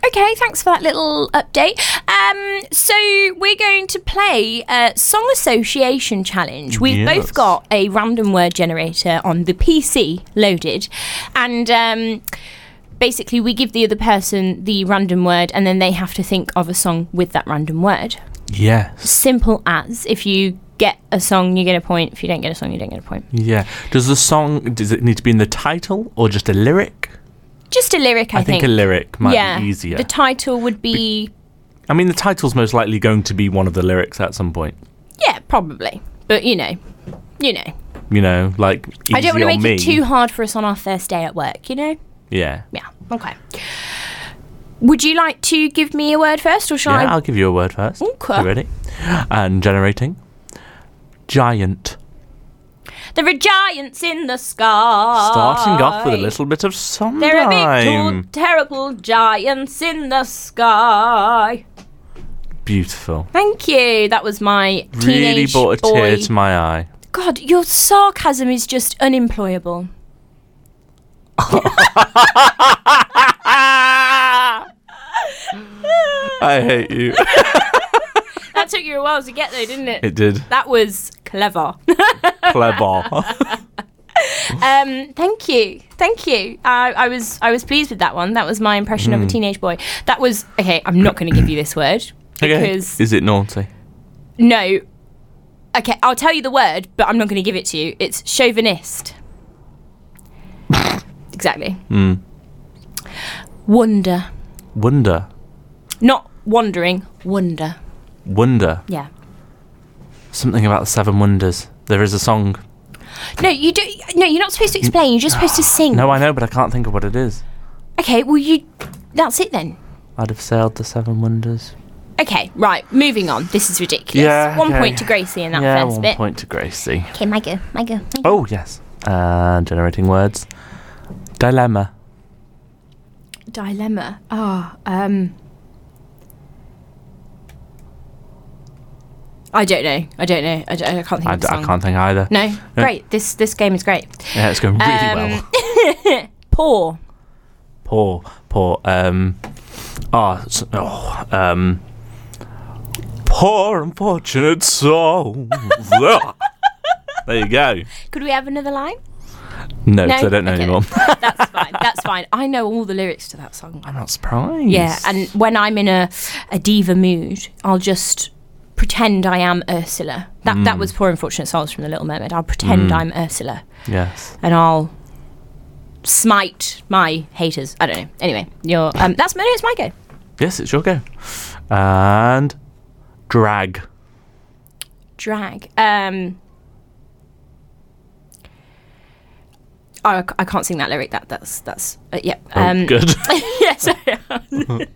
Speaker 1: Okay, thanks for that little update. Um, so we're going to play a song association challenge. We've
Speaker 2: Yes.
Speaker 1: both got a random word generator on the PC loaded, and um, basically we give the other person the random word, and then they have to think of a song with that random word.
Speaker 2: Yes.
Speaker 1: Simple as if you get a song, you get a point. If you don't get a song, you don't get a point.
Speaker 2: Yeah. Does the song does it need to be in the title or just a lyric?
Speaker 1: Just a lyric, I,
Speaker 2: I think, a lyric might
Speaker 1: yeah,
Speaker 2: be easier.
Speaker 1: The title would be
Speaker 2: I mean, the title's most likely going to be one of the lyrics at some point.
Speaker 1: yeah, probably, but you know, you know.
Speaker 2: You know, like easy
Speaker 1: I don't want to make
Speaker 2: on me.
Speaker 1: it too hard for us on our first day at work, you know?
Speaker 2: Yeah.
Speaker 1: Yeah. Okay. Would you like to give me a word first or shall
Speaker 2: Yeah,
Speaker 1: I?
Speaker 2: I'll give you a word first.
Speaker 1: Okay.
Speaker 2: You ready? And generating. Giant.
Speaker 1: There are giants in the sky.
Speaker 2: Starting off with a little bit of sunlight.
Speaker 1: There are big, tall, terrible giants in the sky.
Speaker 2: Beautiful.
Speaker 1: Thank you. That was my
Speaker 2: Really
Speaker 1: teenage
Speaker 2: brought a tear
Speaker 1: boy.
Speaker 2: to my eye.
Speaker 1: God, your sarcasm is just unemployable.
Speaker 2: I hate you.
Speaker 1: That took you a while to get there, didn't it?
Speaker 2: It did.
Speaker 1: that was clever.
Speaker 2: Clever.
Speaker 1: Um, thank you, thank you. I, I was I was pleased with that one. That was my impression
Speaker 2: Hmm.
Speaker 1: of a teenage boy. That was okay. I'm not going to give you this word because
Speaker 2: Is it naughty?
Speaker 1: no. Okay, I'll tell you the word, but I'm not going to give it to you. It's chauvinist. exactly.
Speaker 2: Hmm.
Speaker 1: Wonder,
Speaker 2: Wonder.
Speaker 1: not wandering. Wonder.
Speaker 2: wonder.
Speaker 1: Yeah.
Speaker 2: Something about the seven wonders. There is a song.
Speaker 1: No, you do. No, you're not supposed to explain. You're just supposed to sing.
Speaker 2: No, I know, but I can't think of what it is.
Speaker 1: Okay, well you. That's it then.
Speaker 2: I'd have sailed the seven wonders.
Speaker 1: Okay, right. Moving on. This is ridiculous.
Speaker 2: Yeah,
Speaker 1: One
Speaker 2: okay.
Speaker 1: point to Gracie in that
Speaker 2: yeah,
Speaker 1: first
Speaker 2: one
Speaker 1: bit.
Speaker 2: point to Gracie.
Speaker 1: Okay, my go, my go. my go.
Speaker 2: Oh yes. Uh, generating words. Dilemma.
Speaker 1: Dilemma. Ah, um. I don't know. I don't know. I, don't, I can't think
Speaker 2: I,
Speaker 1: of the
Speaker 2: d- I
Speaker 1: song.
Speaker 2: can't think either.
Speaker 1: No, Um, great. This this game is great.
Speaker 2: Yeah, it's going really well.
Speaker 1: Poor.
Speaker 2: Poor, poor. Um, ah, s- oh, um, poor unfortunate soul. there you go.
Speaker 1: Could we have another line?
Speaker 2: No, 'cause
Speaker 1: No?
Speaker 2: I don't know
Speaker 1: Okay.
Speaker 2: anymore.
Speaker 1: That's fine. That's fine. I know all the lyrics to that song.
Speaker 2: I'm not surprised.
Speaker 1: Yeah, and when I'm in a, a diva mood, I'll just pretend I am Ursula. That that was poor unfortunate souls from the Little Mermaid. I'll pretend I'm Ursula,
Speaker 2: yes.
Speaker 1: and I'll smite my haters. I don't know. Anyway, you're um, that's no, it's my go.
Speaker 2: Yes, it's your go. And drag.
Speaker 1: Drag. Um, oh, I, c- I can't sing that lyric. That that's that's uh, yeah.
Speaker 2: Oh,
Speaker 1: Um,
Speaker 2: good.
Speaker 1: yeah, sorry.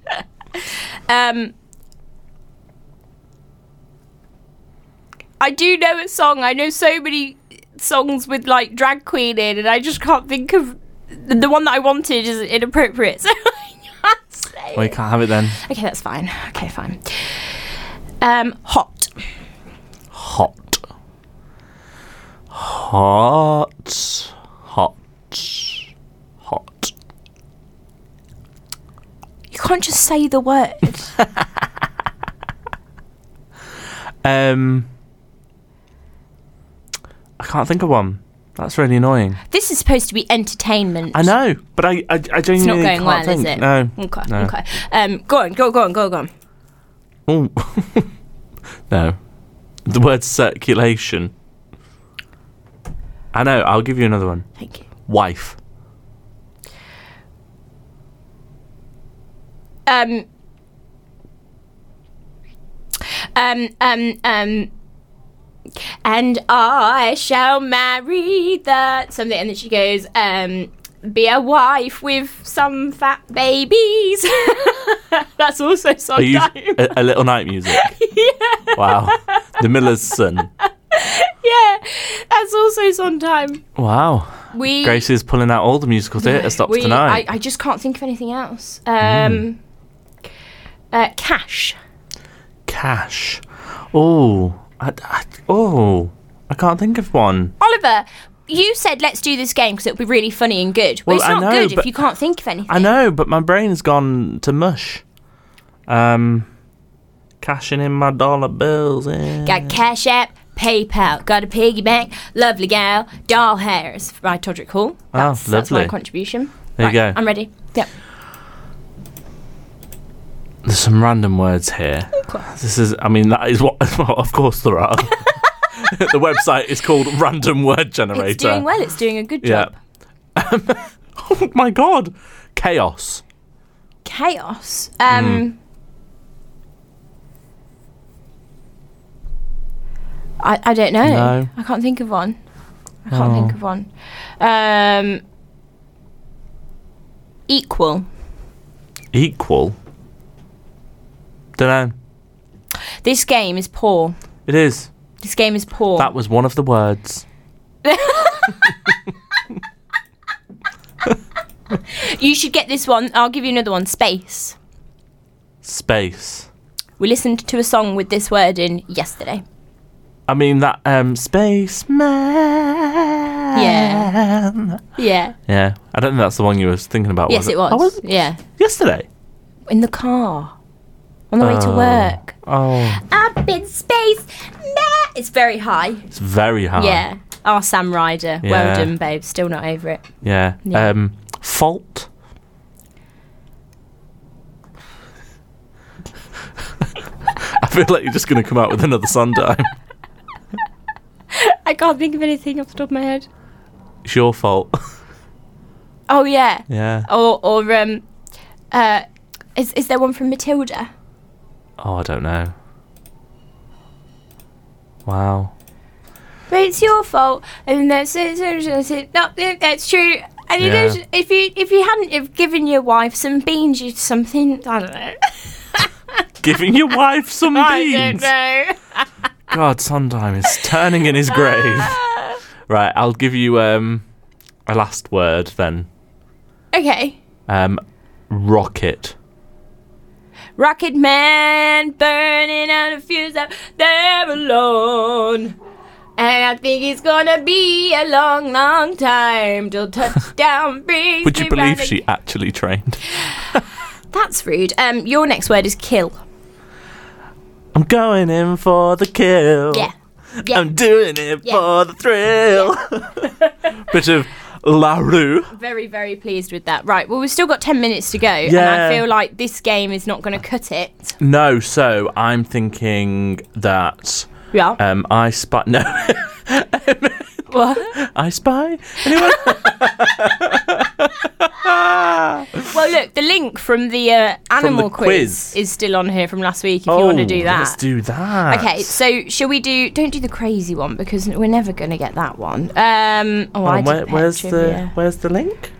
Speaker 1: um, I do know a song. I know so many songs with like drag queen in, and I just can't think of the, the one that I wanted is inappropriate. So I can't say.
Speaker 2: well, you can't have it then.
Speaker 1: Okay, that's fine. Okay, fine. Um, hot.
Speaker 2: Hot. Hot. Hot. Hot.
Speaker 1: You can't just say the word.
Speaker 2: Um, I can't think of one. That's really annoying.
Speaker 1: this is supposed to be entertainment.
Speaker 2: I know, but I, I, I genuinely
Speaker 1: It's not going
Speaker 2: can't
Speaker 1: well,
Speaker 2: think.
Speaker 1: is it?
Speaker 2: No.
Speaker 1: Okay.
Speaker 2: No.
Speaker 1: Okay. Um, go on. Go. Go on. Go. Go on.
Speaker 2: Ooh. no. The word circulation. I know. I'll give you another one.
Speaker 1: Thank you.
Speaker 2: Wife.
Speaker 1: um um um um and I shall marry the something and then she goes um be a wife with some fat babies that's also
Speaker 2: Are you uh,
Speaker 1: sometimes
Speaker 2: a, a little night music? Wow. The Miller's son.
Speaker 1: yeah that's also sometime
Speaker 2: Wow.
Speaker 1: we
Speaker 2: Gracie's pulling out all the musical theatre stops
Speaker 1: we I,
Speaker 2: tonight.
Speaker 1: I just can't think of anything else um
Speaker 2: Hmm.
Speaker 1: uh, cash
Speaker 2: Cash. Oh. I, I, oh. I can't think of one.
Speaker 1: Oliver, you said let's do this game because it'll be really funny and good. But
Speaker 2: Well,
Speaker 1: it's not
Speaker 2: I know,
Speaker 1: good if
Speaker 2: but-
Speaker 1: you can't think of anything.
Speaker 2: I know, but my brain's gone to mush. Um, cashing in my dollar bills. Yeah.
Speaker 1: Got Cash App, PayPal, got a piggy bank, lovely gal, doll hairs by Todrick Hall. That's, That's my
Speaker 2: Oh, lovely.
Speaker 1: contribution.
Speaker 2: There you
Speaker 1: Right,
Speaker 2: go.
Speaker 1: I'm ready. Yep.
Speaker 2: There's some random words here. This is, I mean, that is what, well, of course there are. the website is called Random Word Generator.
Speaker 1: It's doing well. It's doing a good
Speaker 2: Yeah.
Speaker 1: job.
Speaker 2: oh my god. Chaos.
Speaker 1: Chaos.
Speaker 2: Mm.
Speaker 1: Um. I, I don't know.
Speaker 2: No.
Speaker 1: I can't think of one. I can't
Speaker 2: Oh.
Speaker 1: think of one. Um, equal.
Speaker 2: Equal. Dunno.
Speaker 1: This game is poor.
Speaker 2: It is.
Speaker 1: This game is poor.
Speaker 2: That was one of the words.
Speaker 1: you should get this one. I'll give you another one. Space.
Speaker 2: Space.
Speaker 1: We listened to a song with this word in yesterday.
Speaker 2: I mean that um spaceman. Yeah.
Speaker 1: Yeah.
Speaker 2: Yeah. I don't think that's the one you were thinking about.
Speaker 1: Yes,
Speaker 2: was it?
Speaker 1: it was.
Speaker 2: I was
Speaker 1: Yeah.
Speaker 2: yesterday.
Speaker 1: In the car. On the way to
Speaker 2: Oh.
Speaker 1: work.
Speaker 2: Oh,
Speaker 1: Up in space. Meh. It's very high.
Speaker 2: it's very high.
Speaker 1: Yeah. Oh, Sam Ryder. Well
Speaker 2: Uh-huh. Yeah.
Speaker 1: done, babe. Still not over it.
Speaker 2: Yeah.
Speaker 1: Yeah.
Speaker 2: Um, fault. I feel like you're just going to come out with another Sondheim.
Speaker 1: I can't think of anything off the top of my head.
Speaker 2: It's your fault.
Speaker 1: Oh, yeah.
Speaker 2: Yeah.
Speaker 1: Or, or um, uh, is, is there one from Matilda?
Speaker 2: Oh, I don't know. Wow.
Speaker 1: But it's your fault, and that's it's, it's, it's, no, that's true. And you
Speaker 2: Yeah.
Speaker 1: don't- if you if you hadn't have given your wife some beans, you'd something I don't know.
Speaker 2: Giving your wife some
Speaker 1: I don't
Speaker 2: beans.
Speaker 1: know.
Speaker 2: God, Sondheim is turning in his grave. Right, I'll give you um a last word then.
Speaker 1: Okay,
Speaker 2: Um, rocket.
Speaker 1: Rocket Man burning out a fuse up there alone. And I think it's gonna be a long, long time till touchdown brings
Speaker 2: Would you
Speaker 1: me round
Speaker 2: believe she actually trained?
Speaker 1: ag- That's rude. Um, your next word is kill.
Speaker 2: I'm going in for the kill.
Speaker 1: Yeah. Yeah.
Speaker 2: I'm doing it
Speaker 1: Yeah.
Speaker 2: for the thrill. Bit of La Rue.
Speaker 1: very, very pleased with that. Right. Well, we've still got 10 minutes to go. And
Speaker 2: Yeah.
Speaker 1: I feel like this game is not going to cut it.
Speaker 2: No, so I'm thinking that
Speaker 1: Yeah.
Speaker 2: um, I spy. No,
Speaker 1: well,
Speaker 2: I spy. Anyone?
Speaker 1: well, look, the link from the uh, animal quiz,
Speaker 2: quiz. Oh,
Speaker 1: is still on here from last week if you want to do that.
Speaker 2: Let's do that.
Speaker 1: Okay, so shall we do? Don't do the crazy one because we're never going to get that one. Um, oh, I
Speaker 2: Um,
Speaker 1: did
Speaker 2: where,
Speaker 1: pet
Speaker 2: where's the
Speaker 1: trivia.
Speaker 2: Where's the link?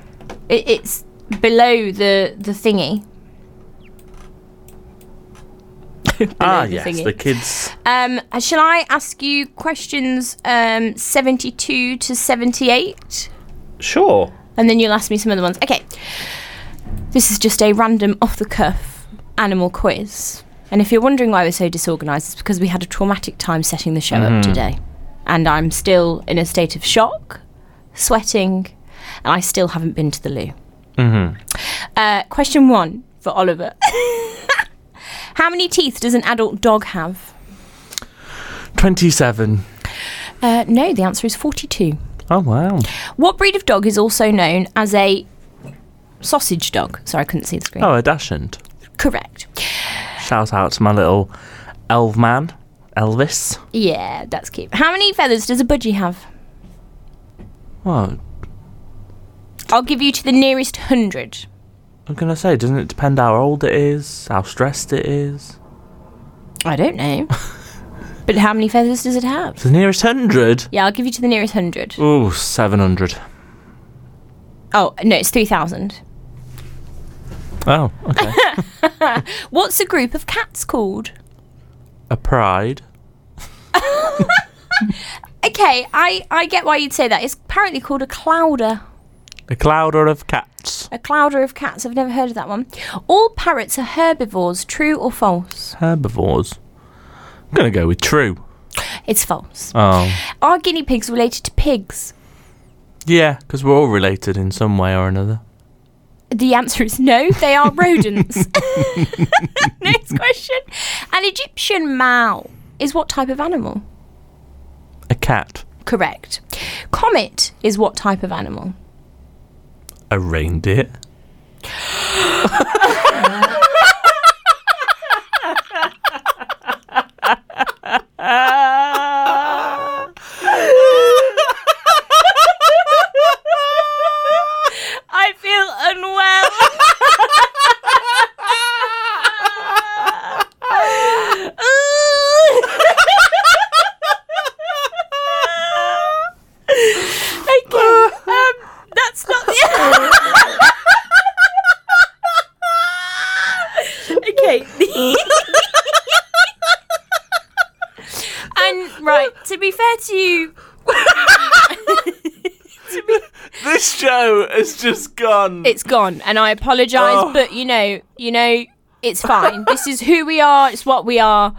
Speaker 1: It, it's below the the thingy. Below
Speaker 2: ah,
Speaker 1: the
Speaker 2: yes,
Speaker 1: thingy.
Speaker 2: the kids.
Speaker 1: Um, uh, shall I ask you questions um, 72 to 78?
Speaker 2: Sure.
Speaker 1: And then you'll ask me some other ones. Okay. This is just a random off the cuff animal quiz. And if you're wondering why we're so disorganised, it's because we had a traumatic time setting the show up today. And I'm still in a state of shock, sweating, and I still haven't been to the loo. Uh, question one for Oliver How many teeth does an adult dog have?
Speaker 2: Twenty-seven.
Speaker 1: Uh, no, the answer is 42.
Speaker 2: Oh wow.
Speaker 1: What breed of dog is also known as a sausage dog? Sorry, I couldn't see the screen.
Speaker 2: Oh, a dashant.
Speaker 1: Correct.
Speaker 2: Shout out to my little elf man, Elvis.
Speaker 1: Yeah, that's cute. How many feathers does a budgie have?
Speaker 2: What?
Speaker 1: I'll give you to the nearest hundred.
Speaker 2: I'm gonna say, doesn't it depend how old it is, how stressed it is?
Speaker 1: I don't know. but how many feathers does it have?
Speaker 2: The nearest hundred.
Speaker 1: Yeah, I'll give you to the nearest hundred.
Speaker 2: Ooh, seven hundred.
Speaker 1: Oh, no, it's 3,000.
Speaker 2: Oh, okay.
Speaker 1: What's a group of cats called?
Speaker 2: a pride.
Speaker 1: Okay, I, I get why you'd say that. It's apparently called a clouder.
Speaker 2: A clouder of cats.
Speaker 1: A clouder of cats. I've never heard of that one. All parrots are herbivores. True or false?
Speaker 2: Herbivores. I'm gonna go with true.
Speaker 1: It's false.
Speaker 2: Oh.
Speaker 1: Are guinea pigs related to pigs?
Speaker 2: Yeah, because we're all related in some way or another.
Speaker 1: The answer is no, they are rodents. Next question. An Egyptian male is what type of animal?
Speaker 2: A cat.
Speaker 1: Correct. Comet is what type of animal?
Speaker 2: A reindeer.
Speaker 1: I feel unwell. okay. Um, that's not the. okay. and right, to be fair to you,
Speaker 2: This show has just gone.
Speaker 1: it's gone, and I apologise,
Speaker 2: Oh.
Speaker 1: but you know, you know, it's fine. this is who we are. It's what we are.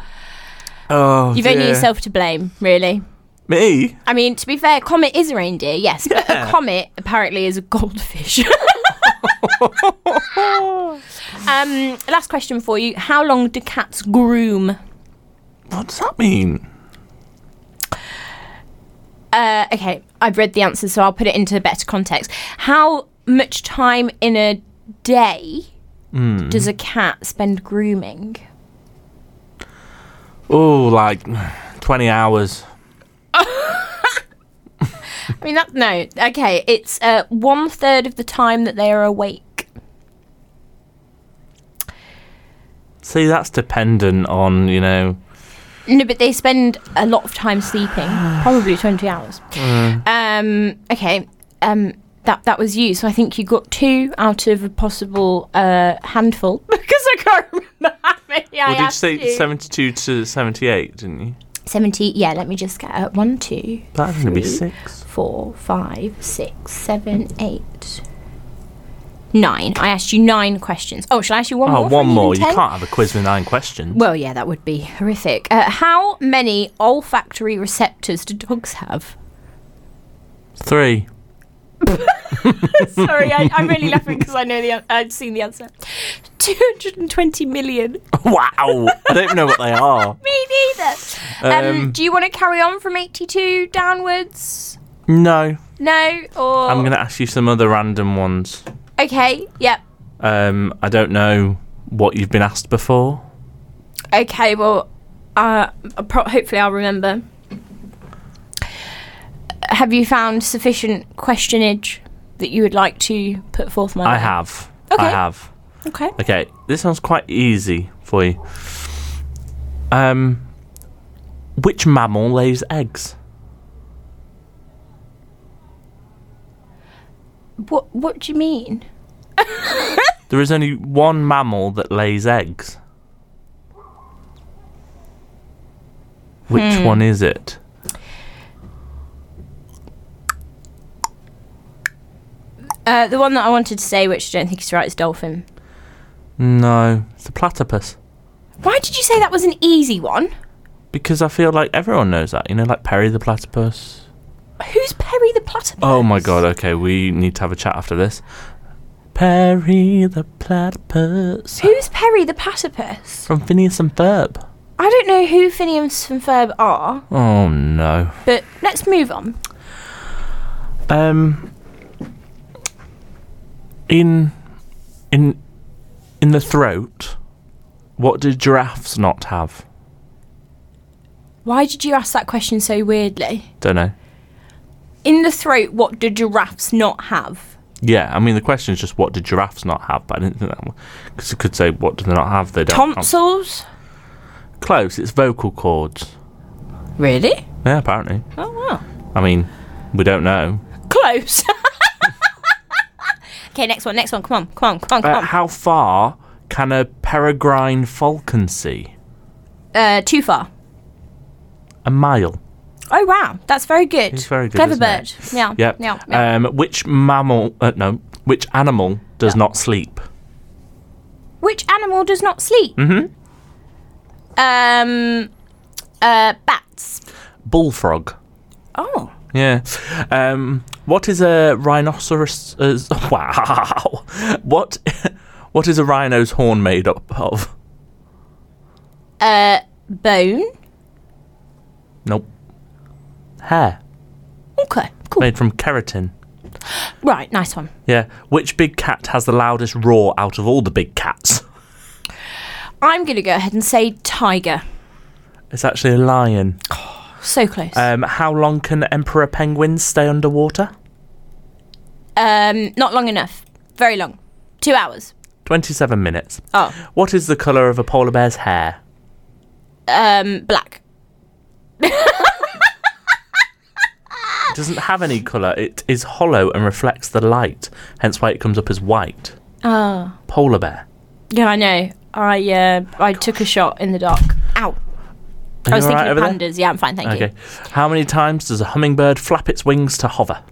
Speaker 2: oh,
Speaker 1: You've only yourself to blame, really.
Speaker 2: Me?
Speaker 1: I mean, to be fair, Comet is a reindeer, yes, but a
Speaker 2: Yeah.
Speaker 1: comet apparently is a goldfish. um, last question for you: How long do cats groom?
Speaker 2: What does that mean?
Speaker 1: Uh, okay, I've read the answer, so I'll put it into better context. How much time in a day
Speaker 2: Hmm.
Speaker 1: does a cat spend grooming?
Speaker 2: Oh, like 20 hours.
Speaker 1: I mean, that no. Okay, it's uh, one third of the time that they are awake.
Speaker 2: See, that's dependent on, you know,
Speaker 1: No, but they spend a lot of time sleeping, probably 20 hours.
Speaker 2: Mm.
Speaker 1: Um, okay, um, that, that was you. So I think you got two out of a possible uh, handful because I can't remember how many I
Speaker 2: Well, did you
Speaker 1: asked
Speaker 2: say
Speaker 1: you.
Speaker 2: 72 to 78, didn't you?
Speaker 1: 70, yeah, let me just get up. One, two,
Speaker 2: That's going to be
Speaker 1: Three.
Speaker 2: six.
Speaker 1: four, five, six, seven, eight, nine. I asked you nine questions. Oh, shall I ask you one more?
Speaker 2: Oh, one
Speaker 1: for even
Speaker 2: more. You
Speaker 1: 10?
Speaker 2: can't have a quiz with nine questions.
Speaker 1: Well, yeah, that would be horrific. Uh, how many olfactory receptors do dogs have?
Speaker 2: Three.
Speaker 1: Sorry, I, I'm really laughing because I know the an- I've seen the answer. 220 million.
Speaker 2: Wow. I don't know what they are.
Speaker 1: Me neither. Um,
Speaker 2: Um,
Speaker 1: do you want to carry on from 82 downwards?
Speaker 2: No.
Speaker 1: No, or
Speaker 2: I'm going to ask you some other random ones.
Speaker 1: okay, yep.
Speaker 2: Um, I don't know what you've been asked before.
Speaker 1: Okay, well, uh, pro- hopefully I'll remember. Have you found sufficient questionage that you would like to put forth, my
Speaker 2: I
Speaker 1: lord?
Speaker 2: have. I
Speaker 1: Okay.
Speaker 2: have.
Speaker 1: Okay.
Speaker 2: Okay, this one's quite easy for you. Um, which mammal lays eggs?
Speaker 1: What What do you mean?
Speaker 2: There is only one mammal that lays eggs. Which one is it?
Speaker 1: Uh, the one that I wanted to say, which I don't think is right, is dolphin.
Speaker 2: No, it's the platypus.
Speaker 1: Why did you say that was an easy one?
Speaker 2: Because I feel like everyone knows that, you know, like Perry the platypus.
Speaker 1: Who's Perry the platypus?
Speaker 2: Oh my god, okay, we need to have a chat after this. Perry the platypus.
Speaker 1: Who's Perry the platypus?
Speaker 2: From Phineas and Ferb.
Speaker 1: I don't know who Phineas and Ferb are,
Speaker 2: Oh no.
Speaker 1: but let's move on.
Speaker 2: Um, in in in the throat, what do giraffes not have?
Speaker 1: Why did you ask that question so weirdly?
Speaker 2: Don't know.
Speaker 1: In the throat, what do giraffes not have?
Speaker 2: Yeah, I mean the question is just what do giraffes not have? But I didn't think that because you could say what do they not have? They don't. have-
Speaker 1: Tonsils?
Speaker 2: Close. It's vocal cords.
Speaker 1: Really?
Speaker 2: Yeah, apparently.
Speaker 1: Oh wow.
Speaker 2: I mean, we don't know.
Speaker 1: Close. okay, next one, next one. Come on, come on, come on, come
Speaker 2: Uh,
Speaker 1: on.
Speaker 2: how far can a peregrine falcon see?
Speaker 1: Uh, too far.
Speaker 2: A mile.
Speaker 1: Oh wow, that's very good.
Speaker 2: It's very good,
Speaker 1: Clever
Speaker 2: isn't
Speaker 1: bird.
Speaker 2: it?
Speaker 1: Yeah.
Speaker 2: Yep.
Speaker 1: Yeah. yeah.
Speaker 2: Um, which mammal? Uh, no. Which animal does not sleep?
Speaker 1: Which animal does not sleep? Mm-hmm. Um, uh, bats.
Speaker 2: Bullfrog.
Speaker 1: Oh.
Speaker 2: Yeah. Um, what is a rhinoceros? Uh, wow. What? What is a rhino's horn made up of?
Speaker 1: Uh, bone.
Speaker 2: Nope. Hair
Speaker 1: Okay. Cool.
Speaker 2: made from keratin.
Speaker 1: Right. Nice one.
Speaker 2: Yeah. Which big cat has the loudest roar out of all the big cats?
Speaker 1: I'm gonna go ahead and say tiger.
Speaker 2: It's actually a lion.
Speaker 1: So close.
Speaker 2: Um, how long can emperor penguins stay underwater?
Speaker 1: um, not long enough. Very long. Two hours.
Speaker 2: Twenty-seven minutes.
Speaker 1: Oh.
Speaker 2: What is the colour of a polar bear's hair?
Speaker 1: Um, black.
Speaker 2: It doesn't have any colour. It is hollow and reflects the light, hence why it comes up as white.
Speaker 1: Oh.
Speaker 2: Polar bear.
Speaker 1: Yeah, I know. I uh, I took a shot in the dark. Ow.
Speaker 2: Are
Speaker 1: I was
Speaker 2: you all
Speaker 1: thinking
Speaker 2: right
Speaker 1: of
Speaker 2: over there?
Speaker 1: pandas. Yeah, I'm fine. Thank
Speaker 2: Okay. How many times does a hummingbird flap its wings to hover?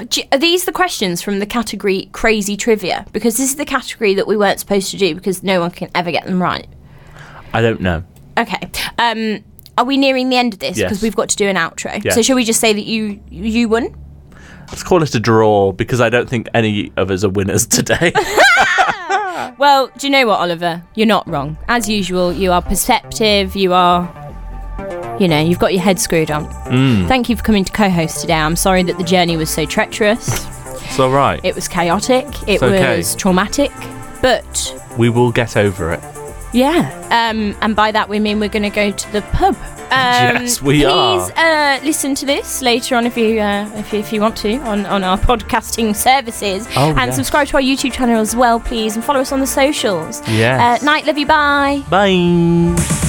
Speaker 1: you. Do you- Are these the questions from the category crazy trivia? Because this is the category that we weren't supposed to do because no one can ever get them right.
Speaker 2: I don't know.
Speaker 1: Okay. Um, are we nearing the end of this? Because
Speaker 2: Yes.
Speaker 1: we've got to do an outro.
Speaker 2: Yes.
Speaker 1: So shall we just say that you you won?
Speaker 2: Let's call it a draw because I don't think any of us are winners today.
Speaker 1: Well, do you know what, Oliver? You're not wrong. As usual, you are perceptive. You are, you know, you've got your head screwed on.
Speaker 2: Hmm.
Speaker 1: Thank you for coming to co-host today. I'm sorry that the journey was so treacherous.
Speaker 2: it's all right.
Speaker 1: It was chaotic. It
Speaker 2: It's okay.
Speaker 1: was traumatic. But
Speaker 2: we will get over it.
Speaker 1: Yeah. Um, and by that we mean we're going to go to the pub. Um,
Speaker 2: Yes, we
Speaker 1: please,
Speaker 2: are.
Speaker 1: uh, listen to this later on if you uh, if you, if you want to on, on our podcasting services
Speaker 2: Oh,
Speaker 1: and
Speaker 2: yes.
Speaker 1: subscribe to our YouTube channel as well, please, and follow us on the socials.
Speaker 2: Yes.
Speaker 1: Uh, night, love you. Bye.
Speaker 2: Bye.